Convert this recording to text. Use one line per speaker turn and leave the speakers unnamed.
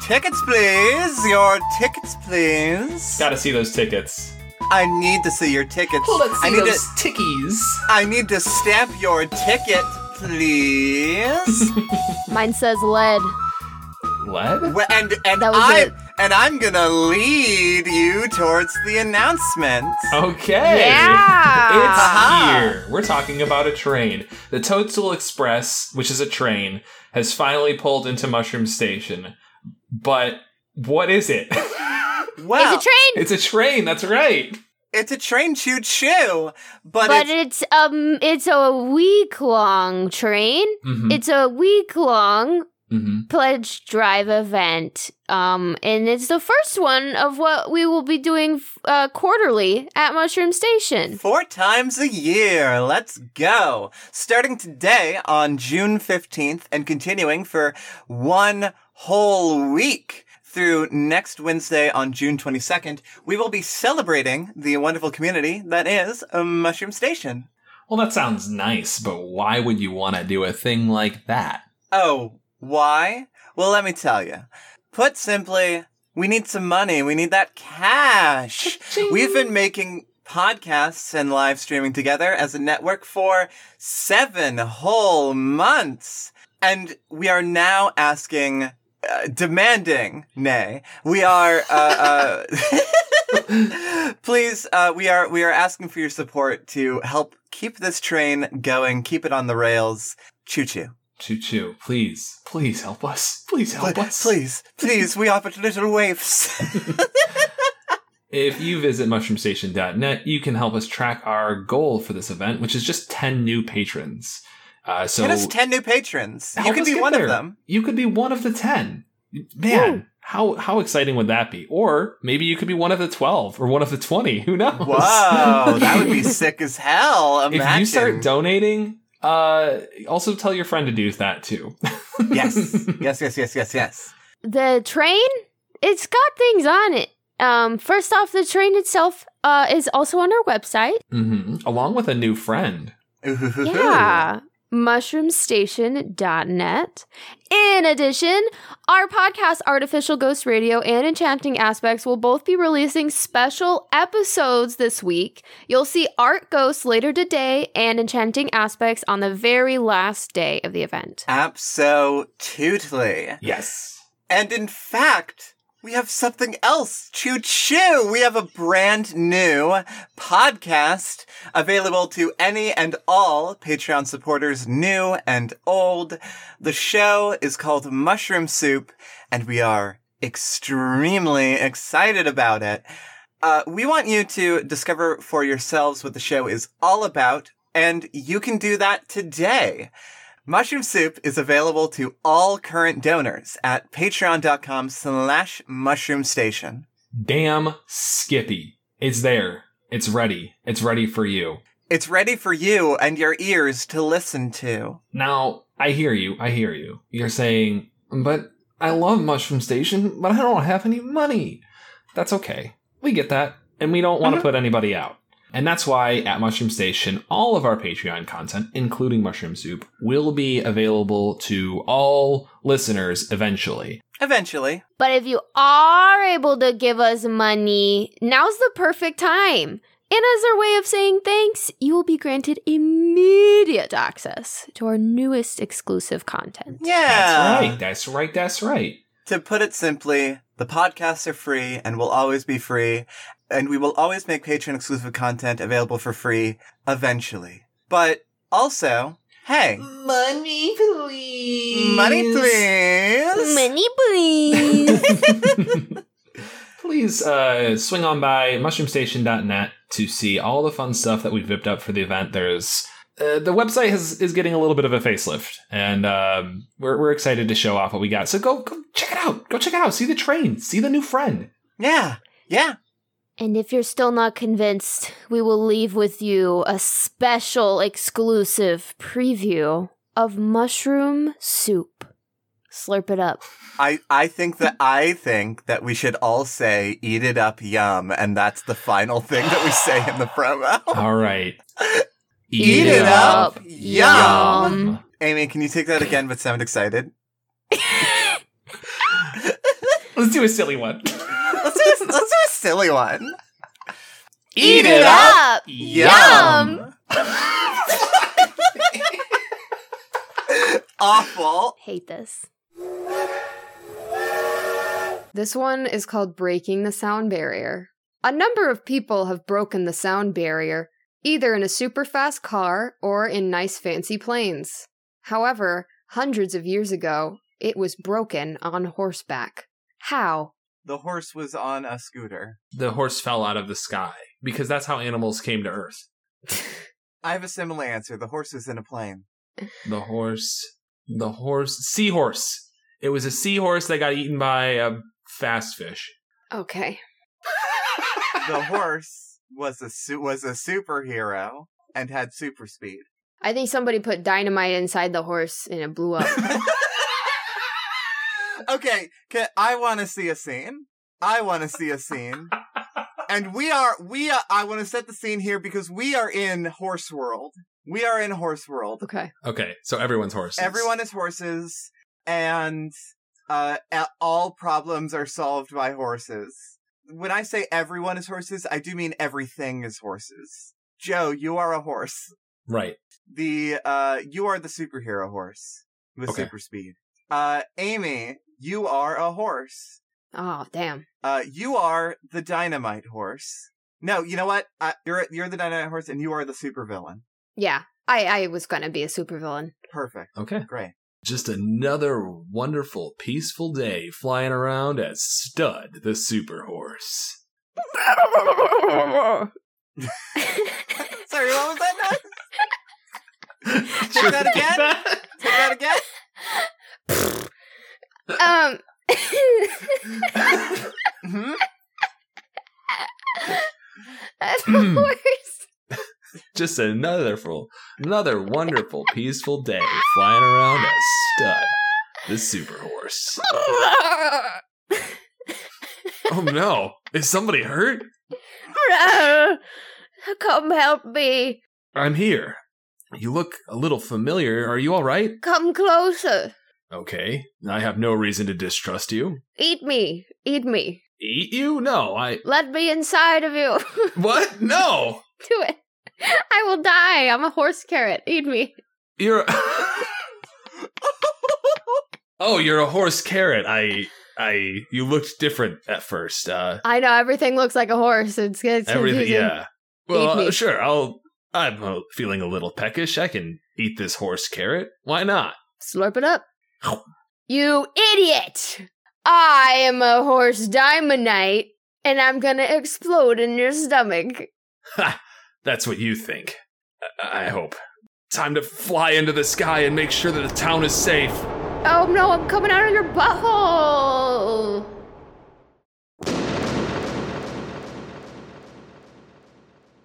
tickets, please. Your tickets, please.
Gotta see those tickets.
I need to see your tickets.
Let's see
I need
those
to.
tickies.
I need to stamp your ticket, please.
Mine says lead.
Lead?
Wh- and and
That was
I
it.
and I'm gonna lead you towards the announcement.
Oh. Okay.
Yeah.
It's here. We're talking about a train. The Toadstool Express, which is a train, has finally pulled into Mushroom Station. But what is it?
Well,
it's a train,
it's a train, that's right.
it's a train choo choo, but,
but,
it's
it's, um, it's a week long train.
Mm-hmm.
It's a week long
mm-hmm.
pledge drive event. Um, and it's the first one of what we will be doing uh, quarterly at Mushroom Station.
four times a year. Let's go. Starting today on June 15th and continuing for one whole week. Through next Wednesday on June 22nd, we will be celebrating the wonderful community that is uh, Mushroom Station.
Well, that sounds nice, but why would you want to do a thing like that?
Oh, why? Well, let me tell you. Put simply, we need some money. We need that cash. We've been making podcasts and live streaming together as a network for seven whole months. And we are now asking, uh, demanding, nay, we are, uh, uh, please, uh, we are, we are asking for your support to help keep this train going, keep it on the rails. Choo choo.
Choo choo, please, please help us. Please help
Pl-
us.
Please, please, we are but little waifs.
If you visit mushroomstation.net, you can help us track our goal for this event, which is just 10 new patrons. Uh, so
Get us 10 new patrons.
help
You can
us
be
get
one
there.
of them.
You could be one of the 10. Man,
Woo.
how how exciting would that be? Or maybe you could be one of the 12 or one of the 20. Who knows?
Wow, that would be sick as hell. Imagine.
if you start donating, uh, also tell your friend to do that too.
yes, yes, yes, yes, yes, yes.
The train, it's got things on it. Um, first off, the train itself uh, is also on our website.
hmm Along with a new friend.
Ooh.
Yeah. Mushroomstation.net. In addition, our podcast, Artificial Ghost Radio and Enchanting Aspects, will both be releasing special episodes this week. You'll see Art Ghosts later today and Enchanting Aspects on the very last day of the event.
Absolutely.
Yes.
And in fact, we have something else. Choo choo! We have a brand new podcast available to any and all Patreon supporters, new and old. The show is called Mushroom Soup, and we are extremely excited about it. Uh, we want you to discover for yourselves what the show is all about, and you can do that today. Mushroom Soup is available to all current donors at patreon.com slash mushroom station.
Damn Skippy. It's there. It's ready. It's ready for you.
It's ready for you and your ears to listen to.
Now, I hear you. I hear you. You're saying, but I love Mushroom Station, but I don't have any money. That's okay. We get that. And we don't want
Uh-huh.
to put anybody out. And that's why at Mushroom Station, all of our Patreon content, including Mushroom Soup, will be available to all listeners eventually.
Eventually.
But if you are able to give us money, now's the perfect time. And as our way of saying thanks, you will be granted immediate access to our newest exclusive content.
Yeah.
That's right. That's right. That's right.
To put it simply, the podcasts are free and will always be free, and we will always make Patreon exclusive content available for free eventually. But also, hey,
Money, please.
money please.
Money, please.
Please uh, swing on by mushroomstation.net to see all the fun stuff that we've whipped up for the event. There's uh, the website has, is getting a little bit of a facelift, and um, we're, we're excited to show off what we got. So go go check it out. Go check it out. See the train. See the new friend.
Yeah. Yeah.
and if you're still not convinced, we will leave with you a special exclusive preview of mushroom soup. Slurp it up.
I, I think that I think that we should all say "eat it up, yum," and that's the final thing that we say in the promo.
All right.
Eat it up, yum.
Yum.
Amy, can you take that again? But sound excited.
Let's do a silly one.
Let's do a, let's do a silly one.
Eat it up! Yum!
Awful.
Hate this. This one is called Breaking the Sound Barrier. A number of people have broken the sound barrier, either in a super fast car or in nice fancy planes. However, hundreds of years ago, it was broken on horseback. How?
The horse was on a scooter.
The horse fell out of the sky because that's how animals came to Earth.
I have a similar answer. The horse was in a plane.
The horse, the horse, seahorse. It was a seahorse that got eaten by a fast fish.
Okay.
The horse was a su- was a superhero and had super speed.
I think somebody put dynamite inside the horse and it blew up.
okay, ca I want to see a scene. I want to see a scene. And we are we are, I want to set the scene here because we are in horse world. We are in horse world.
okay.
Okay, so everyone's horse.
Everyone is horses and uh a- all problems are solved by horses. When I say everyone is horses, I do mean everything is horses. Joe, you are a horse.
Right.
the uh you are the superhero horse with
Okay.
super speed. Uh Amy, you are a horse.
Oh, damn.
Uh you are the dynamite horse. No, you know what? Uh, you're you're the dynamite horse and you are the supervillain.
Yeah, I, I was gonna be a supervillain.
Perfect.
Okay.
Great.
Just another wonderful, peaceful day flying around as Stud, the super horse.
Um,
Sorry, what was that noise?
Sure.
that again? Say that again?
um.
hmm
That's the
Hmm.
worst.
Just another full, another wonderful, peaceful day flying around as Stud, the super horse. Oh no! Is somebody hurt?
Come help me.
I'm here. You look a little familiar. Are you all right?
Come closer.
Okay. I have no reason to distrust you.
Eat me. Eat me.
Eat you? No, I.
Let me inside of you.
What? No!
Do it. I will die. I'm a horse carrot. Eat me.
You're. oh, you're a horse carrot. I. I. You looked different at first. Uh,
I know everything looks like a horse. It's, it's
everything.
confusing.
Yeah.
Eat
Well, uh,
me.
sure. I'll. I'm uh, feeling a little peckish. I can eat this horse carrot. Why not?
Slurp it up. you idiot! I am a horse diamondite, and I'm gonna explode in your stomach.
That's what you think. I, I hope. Time to fly into the sky and make sure that the town is safe.
Oh no, I'm coming out of your butthole!